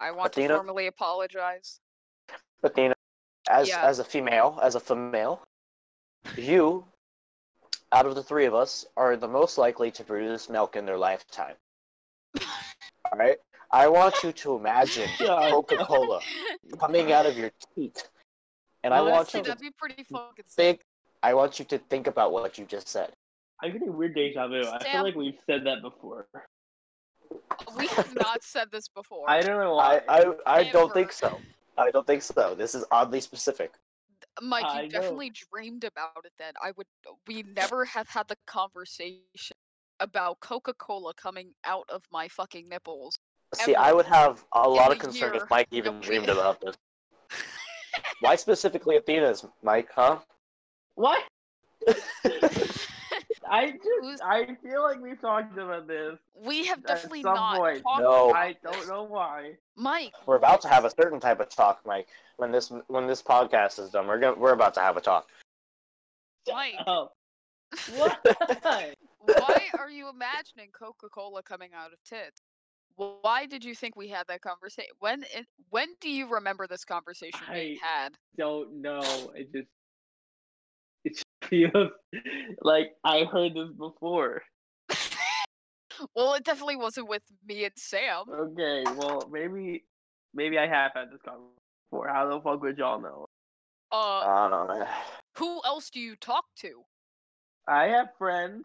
I want to Athena? formally apologize. Athena, as Yeah. as a female, as a female, you out of the three of us are the most likely to produce milk in their lifetime. Alright? I want you to imagine God. Coca Cola coming out of your teeth. And I want Honestly, you to that'd be pretty fucking sick. think I want you to think about what you just said. I'm getting weird deja vu. I feel Sam. like we've said that before. We have not said this before. I don't know why. I I, I don't Ever. think so. I don't think so. This is oddly specific. Mike, you I know. definitely dreamed about it then. I would we never have had the conversation about Coca-Cola coming out of my fucking nipples. See, I would have a lot of every concern year if Mike even that we- dreamed about this. Why specifically Athena's, Mike, huh? What? I Who's- just I feel like we've talked about this. We have At definitely some not point, talked No. I don't know why. Mike, We're about to have a certain type of talk, Mike. When this when this podcast is done, we're gonna, we're about to have a talk. Mike, Oh. What? why are you imagining Coca-Cola coming out of tits? Why did you think we had that conversation? When it, when do you remember this conversation we I- had? don't know. It just it just feels like I heard this before. Well, it definitely wasn't with me and Sam. Okay, well maybe maybe I have had this conversation before. How the fuck would y'all know? Uh, I don't know. man. who else do you talk to? I have friends.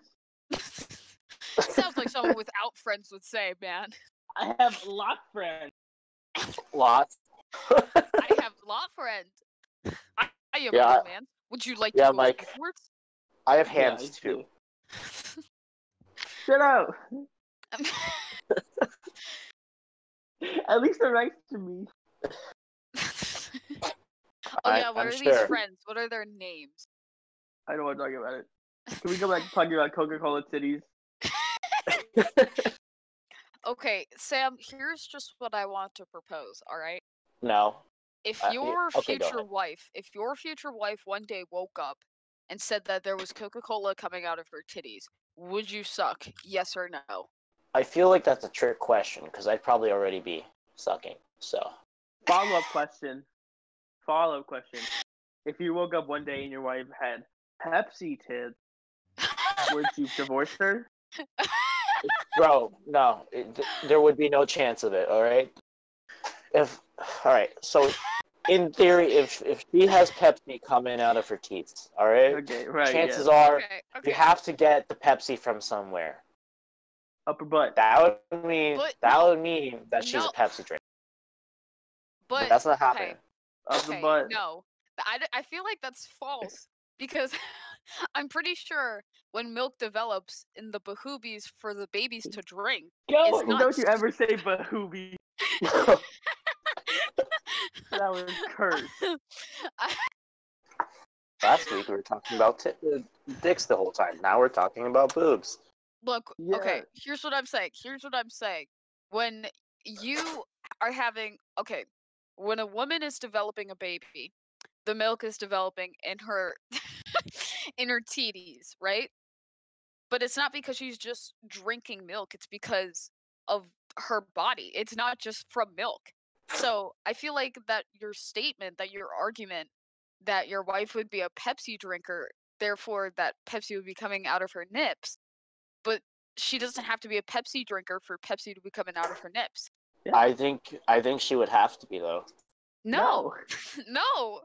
Sounds like someone without friends would say, man. I have a lot of friends. Lots. I have lot friends. I, I am Yeah, yeah. I- man. Would you like yeah, to go Mike. backwards? I have Yeah, hands I too. do. Shut up. At least they're nice to me. oh I- yeah, what I'm are these sure. friends? What are their names? I don't want to talk about it. Can we go back to talking about Coca Cola cities? Okay, Sam, here's just what I want to propose, all right? No. If Uh, yeah, your okay, go future ahead. wife, if your future wife one day woke up and said that there was Coca-Cola coming out of her titties, would you suck? Yes or no? I feel like that's a trick question because I'd probably already be sucking. So Follow up question. Follow up question. If you woke up one day and your wife had Pepsi tits, would you divorce her? Bro, no, it, th- there would be no chance of it. All right. If all right, so in theory, if if she has Pepsi coming out of her teeth, all right, Okay, right. yeah. chances are okay, you okay. have to get the Pepsi from somewhere. Upper butt. That would mean But that would mean that she's no. a Pepsi drinker. but That's not happening. Upper Okay, butt. no, Th- I, d- I feel like that's false because I'm pretty sure when milk develops in the behoobies for the babies to drink, Go. It's not- Don't you ever say bahooby. That was cursed. Last week we were talking about t- dicks the whole time. Now we're talking about boobs. look, okay, Yeah. here's what I'm saying. Here's what I'm saying. When you are having, okay, when a woman is developing a baby, the milk is developing in her in her titties, right? But it's not because she's just drinking milk, it's because of her body. It's not just from milk. So I feel like that your statement, that your argument that your wife would be a Pepsi drinker, therefore that Pepsi would be coming out of her nips, but she doesn't have to be a Pepsi drinker for Pepsi to be coming out of her nips. Yeah. I think I think she would have to be though. No, no.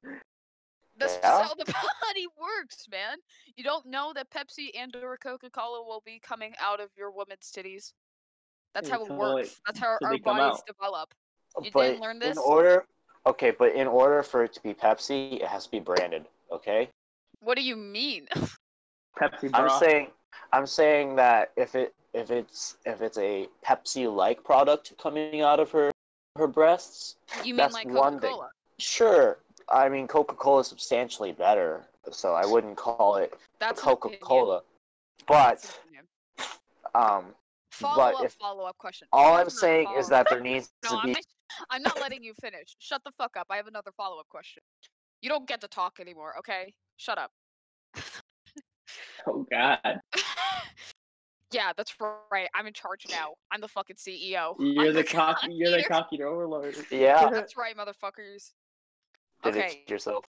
That's just Yeah? how the body works, man. You don't know that Pepsi and or Coca-Cola will be coming out of your woman's titties. That's how it Until works. it- That's how till our they come bodies out. develop. You but didn't learn this? in order, okay, but in order for it to be Pepsi, it has to be branded. Okay, What do you mean? Pepsi I'm bra. saying I'm saying that if it if it's if it's a Pepsi-like product coming out of her her breasts, You mean That's like one thing. Coca-Cola? sure. I mean, Coca-Cola is substantially better, so I wouldn't call it That's an opinion. Coca-Cola. That's an But opinion. um, follow up, if- follow up question. all That's I'm not saying follow-up. is that there needs No, to I'm be not, I'm not letting you finish. Shut the fuck up. I have another follow up question. You don't get to talk anymore, okay? Shut up. Oh God. yeah, that's right. I'm in charge now. I'm the fucking CEO. You're I'm the cocky. You're the leader. cocky overlord. yeah. That's right, motherfuckers. Did Okay. it to yourself.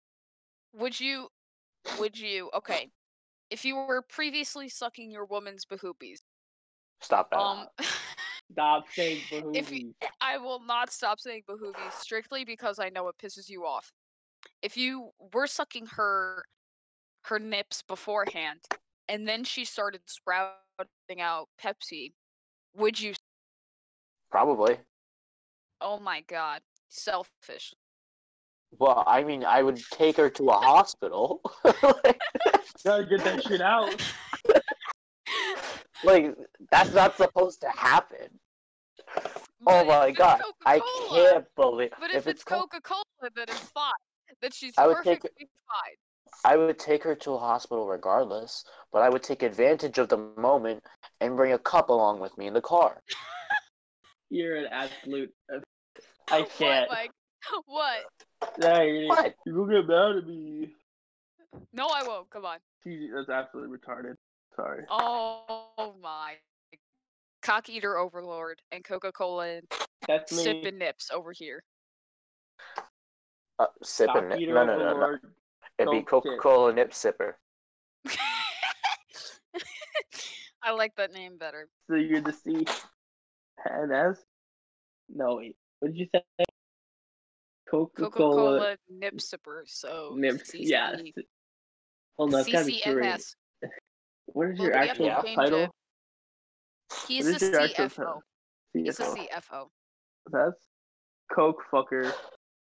Would you would you okay. If you were previously sucking your woman's behoobies, Stop that. Uh. um Stop saying If bahooby. you- I will not stop saying bahoobies strictly because I know it pisses you off. If you were sucking her her nips beforehand and then she started sprouting out Pepsi, would you Probably. oh my god, selfish. Well, I mean, I would take her to a hospital. like, Gotta get that shit out. Oh like, that's not supposed to happen. But Oh if my it's god, I Coca-Cola- can't believe. But if, it's Coke. Coca Cola, then it's fine. That she's I would take- perfectly fine. I would take her to a hospital regardless, but I would take advantage of the moment and bring a cup along with me in the car. You're an absolute. uh, I can't. What, Mike? What? Nah, you're, What? you're gonna get mad at me. No, I won't. Come on. Jeez, that's absolutely retarded. Sorry. Oh my. Cock eater overlord and Coca Cola and That's me. sip and nips over here. Uh, sip Cock and nip. eater No, no, no, no. overlord. It'd be Don't Coca Cola nip sipper. I like that name better. So you're the C. And S? No, wait. What did you say? Coca Coca Cola Cola. nip sipper. So E. Nips. CC Yeah. Hold on, that's gotta be three. CCNS. What is Well, your we have actual to change title? it. He's What a is your actual CFO. title? He's a CFO. CFO. That's Coke fucker.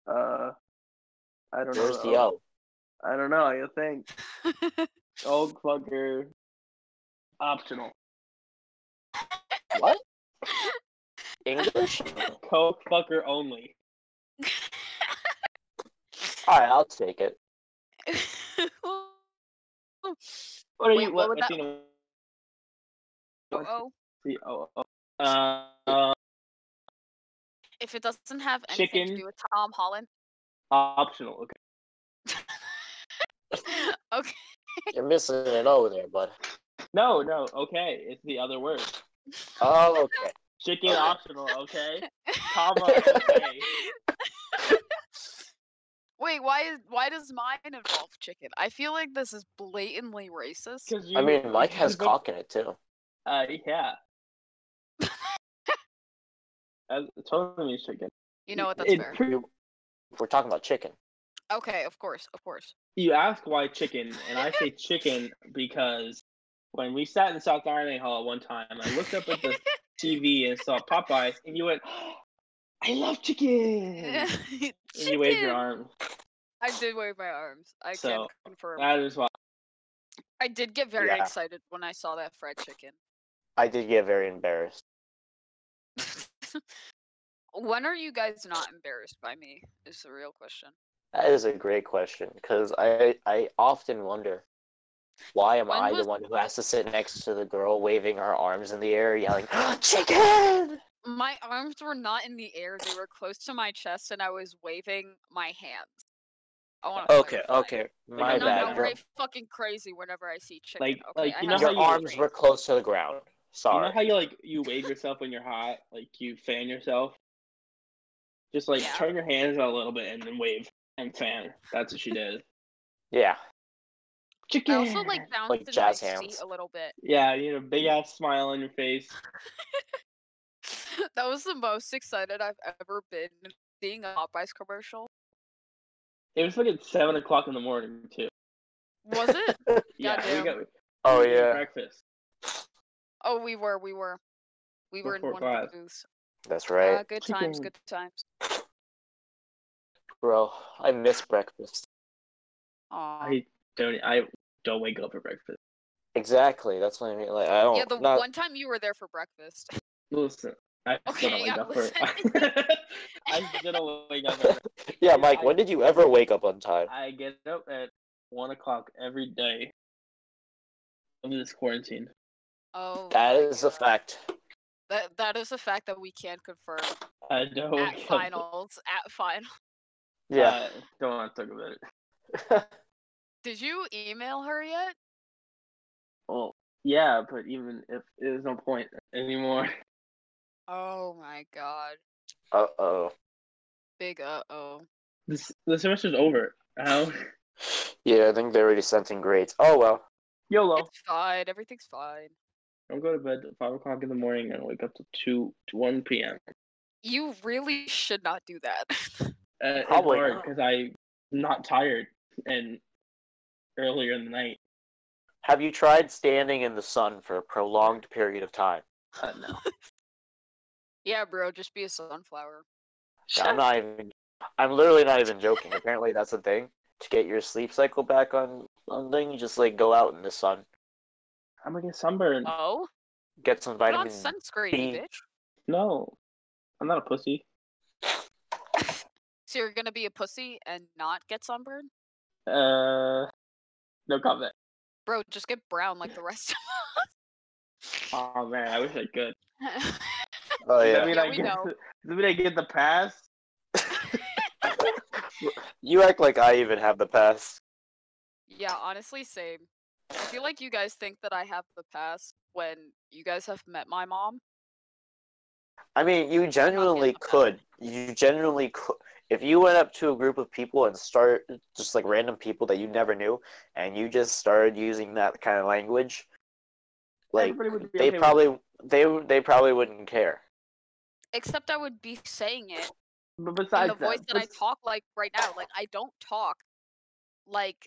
Uh, I don't Where's know. the O? I don't know. You think Coke fucker optional? What? English? Coke fucker only. Alright, I'll take it. What are Wait, you? what would that- Martina, what's oh, the O? Uh, uh, if it doesn't have anything Chicken. to do with Tom Holland, optional. Okay. okay. You're missing an O there, bud. No, no. Okay, it's the other word. Oh, okay. Chicken Okay. optional. Okay. Comma. Okay. Wait, why is why does mine involve chicken? I feel like this is blatantly racist. 'Cause I you- mean, Mike has you put- cock in it too. Uh, yeah. That's totally means chicken. You know what? That's It fair. pre- We're talking about chicken. Okay, of course, of course. you ask why chicken, and I say chicken because when we sat in South Dining Hall one time, I looked up at the TV and saw Popeyes, and you went, "I love chicken," and you waved Chicken! your arm. I did wave my arms. I can So, confirm. That is why. I did get very Yeah. excited when I saw that fried chicken. I did get very embarrassed. when are you guys not embarrassed by me? Is the real question. That is a great question because I I often wonder why am When I was- the one who has to sit next to the girl waving her arms in the air yelling "Ah, chicken? My arms were not in the air; they were close to my chest, and I was waving my hands. I want to. Okay, okay, my I I'm know bad. I'm not Your, very fucking crazy whenever I see chicken. Like- okay, like, I you have your know how no you- arms were close to the ground. You Sorry. know how you like you wave yourself when you're hot, like you fan yourself. Just like Yeah. turn your hands out a little bit and then wave and fan. That's what she did. yeah, Chicken. I also like bounced Like in my jazz seat hands. a little bit. Yeah, you know, big ass smile on your face. that was the most excited I've ever been seeing a Popeyes commercial. It was like at seven o'clock in the morning too. Was it? Yeah, Goddamn. we got. we Oh, were eating yeah. Breakfast. oh, we were, we were, we were in Before one of five. the booths. that's right, Uh, good times, Chicken. good times. bro. I miss breakfast. Aw. I don't. e, I don't wake up for breakfast. Exactly. That's what I mean. Like I don't. yeah, the not- one time you were there for breakfast. Listen, I Okay, still don't wake yeah, up for. listen. I still don't wake up. For breakfast. yeah, Mike. I- when did you ever wake up on time? I get up at one o'clock every day of this quarantine. Oh, That my uh, is a God. fact. That that is a fact that we can confirm I Oh don't at wake up. finals. At final, Yeah. I don't want to talk about it. did you email her yet? Well, yeah, but even if there's no point anymore. Oh my god, uh oh. big uh oh. This the semester's over. How? Yeah, I think they already sent in grades. Oh well. YOLO. It's fine. Everything's fine. Don't go to bed at five o'clock in the morning and wake up to two to one p.m. You really should not do that. Uh, it's Probably hard not. because I'm not tired and earlier in the night. Have you tried standing in the sun for a prolonged period of time? Uh, no. yeah, bro, just be a sunflower. I'm not even. I'm literally not even joking. Apparently, that's a thing to get your sleep cycle back on on thing. You just like go out in the sun, I'm gonna get sunburned. Oh, get some put on vitamin. sunscreen, B. you bitch. No, I'm not a pussy. So you're gonna be a pussy and not get sunburned, Uh, no comment. bro? Just get brown like the rest Oh man, I wish I could. of. Oh Does that yeah, mean Yeah, I we get, know. does that mean I get the pass? you act like I even have the past. yeah, honestly, same. I feel like you guys think that I have the past when you guys have met my mom. I mean, you genuinely the past. could. You genuinely could. If you went up to a group of people and start just like random people that you never knew, and you just started using that kind of language, like Everybody would be they okay with probably they they probably wouldn't care. Except I would be saying it But in besides the voice that I bes- talk like right now. Like I don't talk like.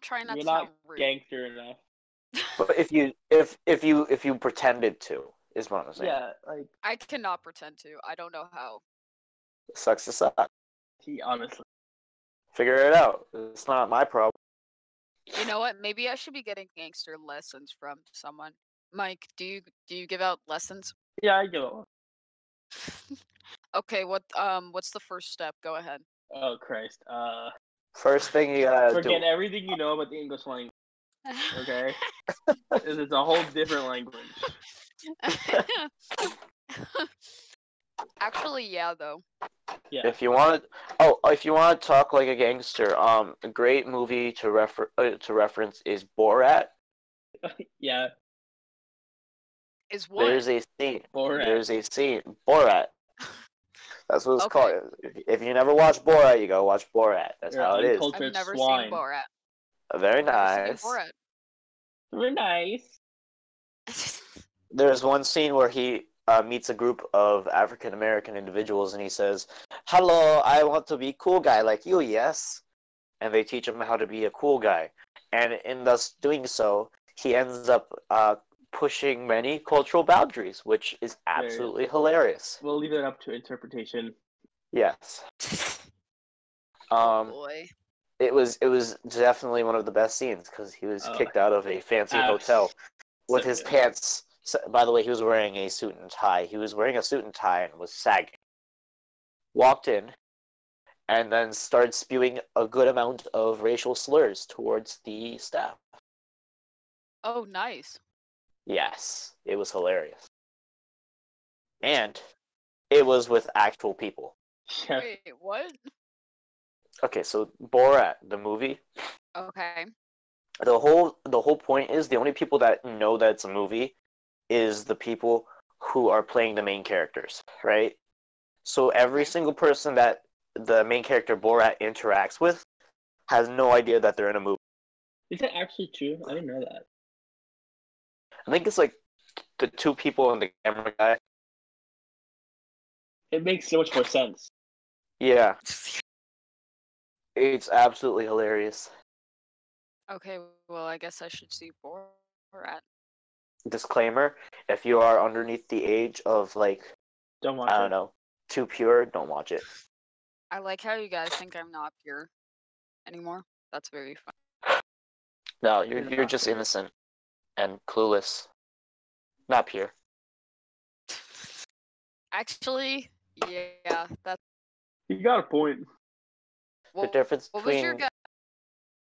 Try not You're to not sound rude. gangster enough. But if you if if you if you pretended to is what I'm saying. Yeah, like I cannot pretend to. I don't know how. Sucks to suck. he honestly. Figure it out. It's not my problem. You know what? Maybe I should be getting gangster lessons from someone. Mike, do you do you give out lessons? Yeah, I give a. okay, what um what's the first step? Go ahead. Oh Christ! Uh, First thing you gotta forget do. everything you know about the English language. Okay, This is a whole different language. Actually, yeah though. Yeah, If you want to, oh, if you want to talk like a gangster, um, a great movie to refer uh, to reference is Borat. yeah. Is what? There's a scene. Borat. There's a scene. Borat. That's what it's Okay. called. If, if you never watch Borat, you go watch Borat. That's You're how it is. uncultured. I've never swine. seen Borat. Very I've never nice. seen Borat. We're nice. there's one scene where he uh, meets a group of African American individuals and he says, Hello, I want to be cool guy like you, yes? And they teach him how to be a cool guy. And in thus doing so, he ends up uh, pushing many cultural boundaries, which is Hilarious. absolutely hilarious. We'll leave it up to interpretation. Yes. oh Um, boy. it was it was definitely one of the best scenes because he was Oh. kicked out of a fancy Ah, hotel with so his good. pants. So, by the way, he was wearing a suit and tie. He was wearing a suit and tie and was sagging. Walked in, and then started spewing a good amount of racial slurs towards the staff. Oh nice. Yes, it was hilarious, and it was with actual people. Yeah. Wait, what? Okay, so Borat the movie, Okay. the whole the whole point is the only people that know that it's a movie is the people who are playing the main characters, right? So every Okay. single person that the main character Borat interacts with has no idea that they're in a movie. Is that actually true? I didn't know that. I think it's like the two people and the camera guy. It makes so much more sense. Yeah, it's absolutely hilarious. okay, well I guess I should see Borat. Disclaimer: If you are underneath the age of like Don't watch I don't it. know, too pure, don't watch it. I like how you guys think I'm not pure anymore. That's very funny. No, you're You're you're not just pure. innocent and clueless, not pure. Actually, yeah, that's You got a point. The well, difference what was between your gu-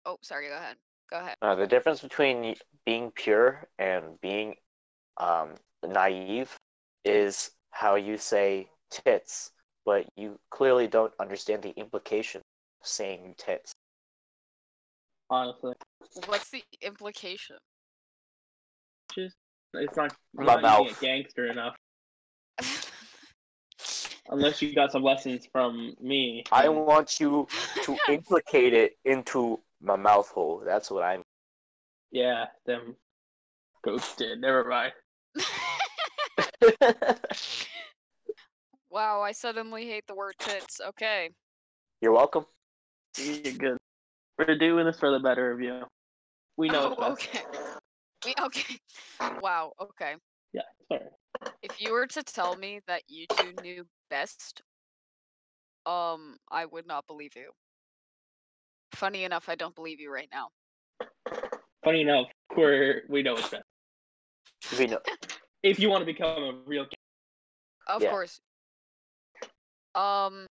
Oh, sorry, go ahead. Go ahead. Uh, the difference between y- being pure and being um, naive is how you say tits, but you clearly don't understand the implication of saying tits. Honestly, What's the implication? just it's not, you're My not using mouth. it gangster enough. Unless you got some lessons from me. I Hmm. want you to implicate it into my mouth hole. That's what I'm. Yeah, them ghosted. Never mind. wow, I suddenly hate the word tits. Okay. You're welcome. You're good. We're doing this for the better of you. We know. Oh, it's best. okay. We- okay. Wow, okay. Yeah. Sorry. If you were to tell me that you two knew best, Um, I would not believe you. Funny enough, I don't believe you right now. Funny enough, we're we know it's best. We know. If you want to become a real Of Yeah. course. Um,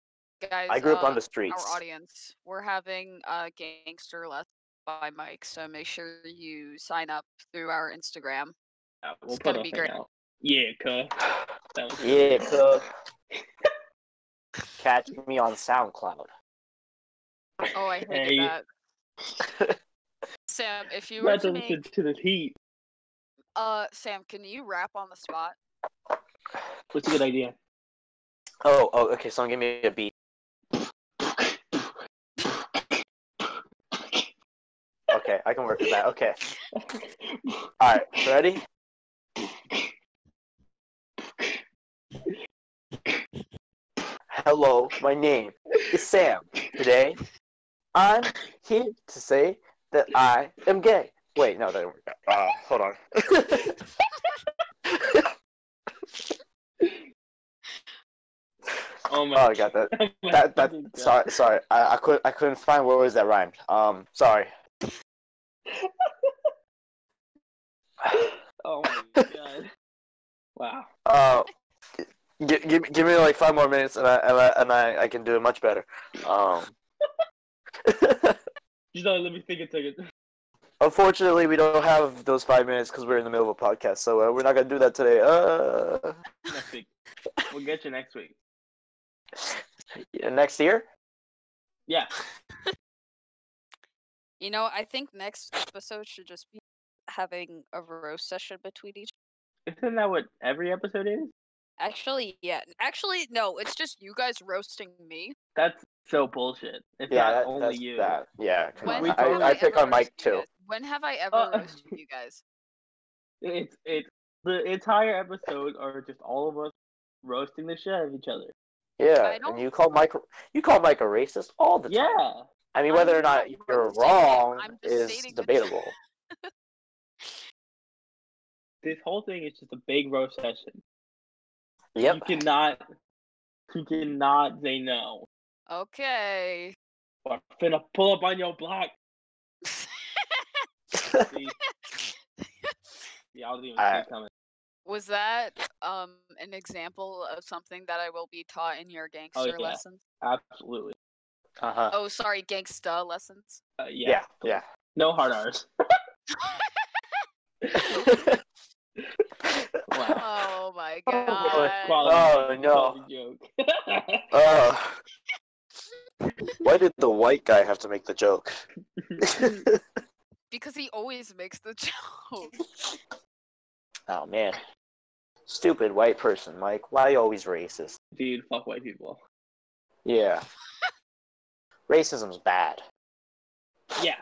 guys. I grew up on uh, the streets. Our audience, we're having a gangster left by Mike, so make sure you sign up through our Instagram. cat, we'll It's put gonna a be thing great. out. Yeah, cuh. That was- Yeah, cook. Catch me on SoundCloud. Oh, I hated Hey. that. Sam, if you were Not to to make, listen to the heat. uh, Sam, can you rap on the spot? What's a good idea? Oh, oh, okay. Someone give me a beat. Okay, I can work with that. Okay. All right. Ready? Hello, my name is Sam. Today, I'm here to say that I am gay. Wait, no, that didn't work out. Uh, hold on. Oh Oh, my I got that. god. That that. Sorry, sorry. I, I couldn't I couldn't find where was that rhymed. Um, sorry. Oh my god. Wow. Uh, gi- give me- give me like five more minutes, and I and I, and I, I can do it much better. Um, Just uh, let me think a second. unfortunately, we don't have those five minutes because we're in the middle of a podcast, so uh, we're not gonna do that today. Uh, Next week. We'll get you next week. yeah, next year. Yeah. You know, I think next episode should just be having a roast session between each. Isn't that what every episode is? Actually, yeah. Actually, no. It's just you guys roasting me. That's so bullshit. It's yeah, not that- only that's you. that. Yeah, come When on. We have I, I totally pick ever on Mike roasted you too. guys? When have I ever Uh, roasted you guys? It's it's the entire episode are just all of us roasting the shit out of each other. Yeah, I don't- and you call Mike you call Mike a racist all the time. Yeah. I mean, I'm whether or not not you're roasting him, wrong I'm just is stating the truth. debatable. This whole thing is just a big roast session. Yep. You cannot you cannot say no. Okay. We're finna pull up on your block. See? Y'all didn't even Alright. see it coming. Was that um an example of something that I will be taught in your gangster Oh, yeah. lessons? Absolutely. Uh huh. Oh, sorry, gangsta lessons. Uh, yeah. Yeah. Yeah. No hard R's. Wow. Oh my Oh, boy. god. Oh, no. Joke. Uh, why did the white guy have to make the joke? Because he always makes the joke. oh man, stupid white person, Mike. Why you always racist? Dude, fuck white people. Yeah, racism's bad. Yeah.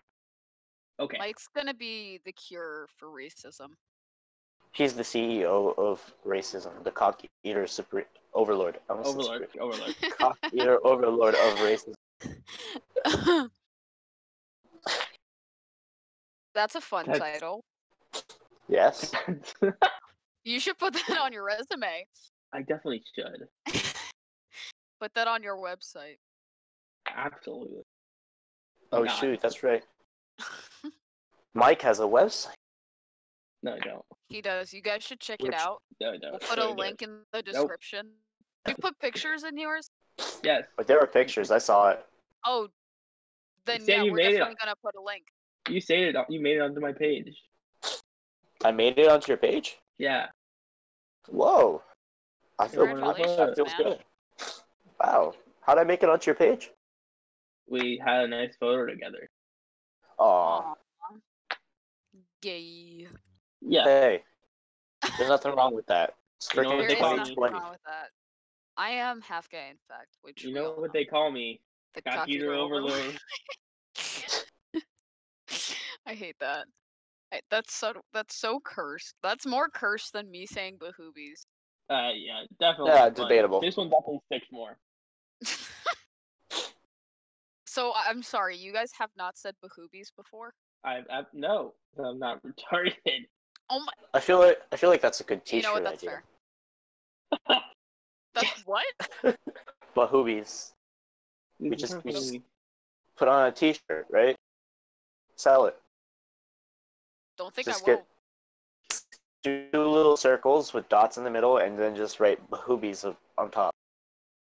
Okay. Mike's gonna be the cure for racism. He's the CEO of racism, the cock eater super overlord. I almost said Overlord. supre- Overlord. Cock eater overlord of racism. That's a fun That's- title. Yes. You should put that on your resume. I definitely should. Put that on your website. Absolutely. Oh Not. shoot, that's right. Mike has a website. No, I don't. He does. You guys should check Which- it out. No, I don't. We'll put No, a I don't. link in the description. You put pictures in yours? Yes. But there are pictures. I saw it. Oh, then said yeah, you we're made it definitely up. gonna put a link. You say it. You made it onto my page. I made it onto your page. Yeah. Whoa. I feel, I, Congratulations, that feels man. good. Wow. How'd I make it onto your page? We had a nice photo together. Aw. Aw. Gay. Yeah. Hey. There's nothing wrong with that. You know Strictly what There they is call nothing 2020. wrong with that. I am half gay, in fact. Which You we know all what they call me? The Cock cocky eater little overlord. I hate that. I, that's so that's so cursed. That's more cursed than me saying bahoobies. Uh, yeah, definitely. Yeah, but debatable. This one definitely sticks more. so I- I'm sorry, you guys have not said bahoobies before. I, I no, I'm not retarded. I feel like I feel like that's a good t-shirt you know what? That's idea. fair. that's what? Bahoobies. We just- we just- Put on a T-shirt, right? Sell it. Don't think Just I will. get- Do little circles with dots in the middle, and then just write boobies of- on top.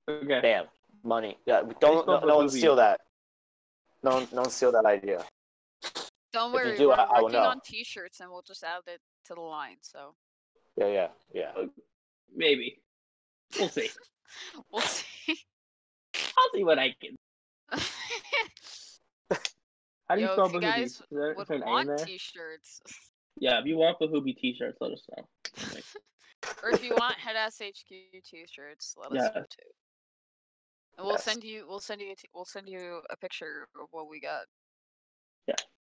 okay. Bam, money. Yeah, we don't. No, spelled no one bahoobies. steal that. No, one, no one steal that idea. Don't if you worry, do, we're I- I will working know. on T-shirts, and we'll just add it to the line. So Yeah, yeah, yeah. Maybe. We'll see. we'll see. I'll see what I can. How do you Yo, spell if you Bahoobies? guys Is there- is Would there an A in want there? T-shirts, Yeah, if you want Bahooby t-shirts, let us know. or if you want head ass HQ T-shirts, let us know Yeah. too. And we'll Yes. send you. We'll send you. a T- we'll send you a picture of what we got.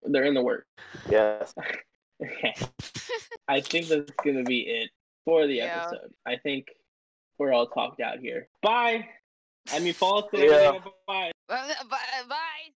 They're in the work. Yes. Okay. I think that's gonna be it for the Yeah. episode. I think we're all talked out here. Bye. I mean, follow us. Yeah. Bye. Bye. bye.